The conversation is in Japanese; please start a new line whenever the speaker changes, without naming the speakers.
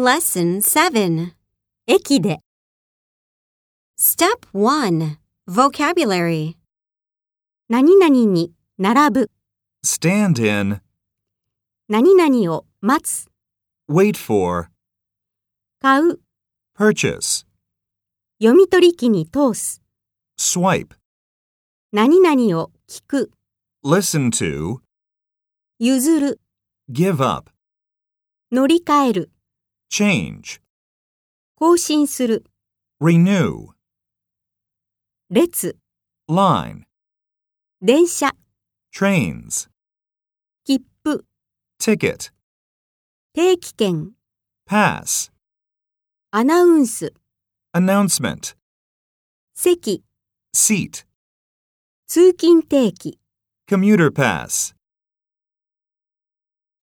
Lesson 7
駅で、
Step 1 Vocabulary
何々に並ぶ、
Stand in,
何々を待つ、
wait for,
買う、
purchase,
読み取り機に通す、
swipe,
何々を聞く、
listen to,
譲る、
give up,
乗り換える、
change,
更新する、
renew,
列、
line,
電車、
trains,
切符、
ticket,
定期券、
pass,
アナウンス、
announcement,
席、
seat,
通勤定期。
commuter pass.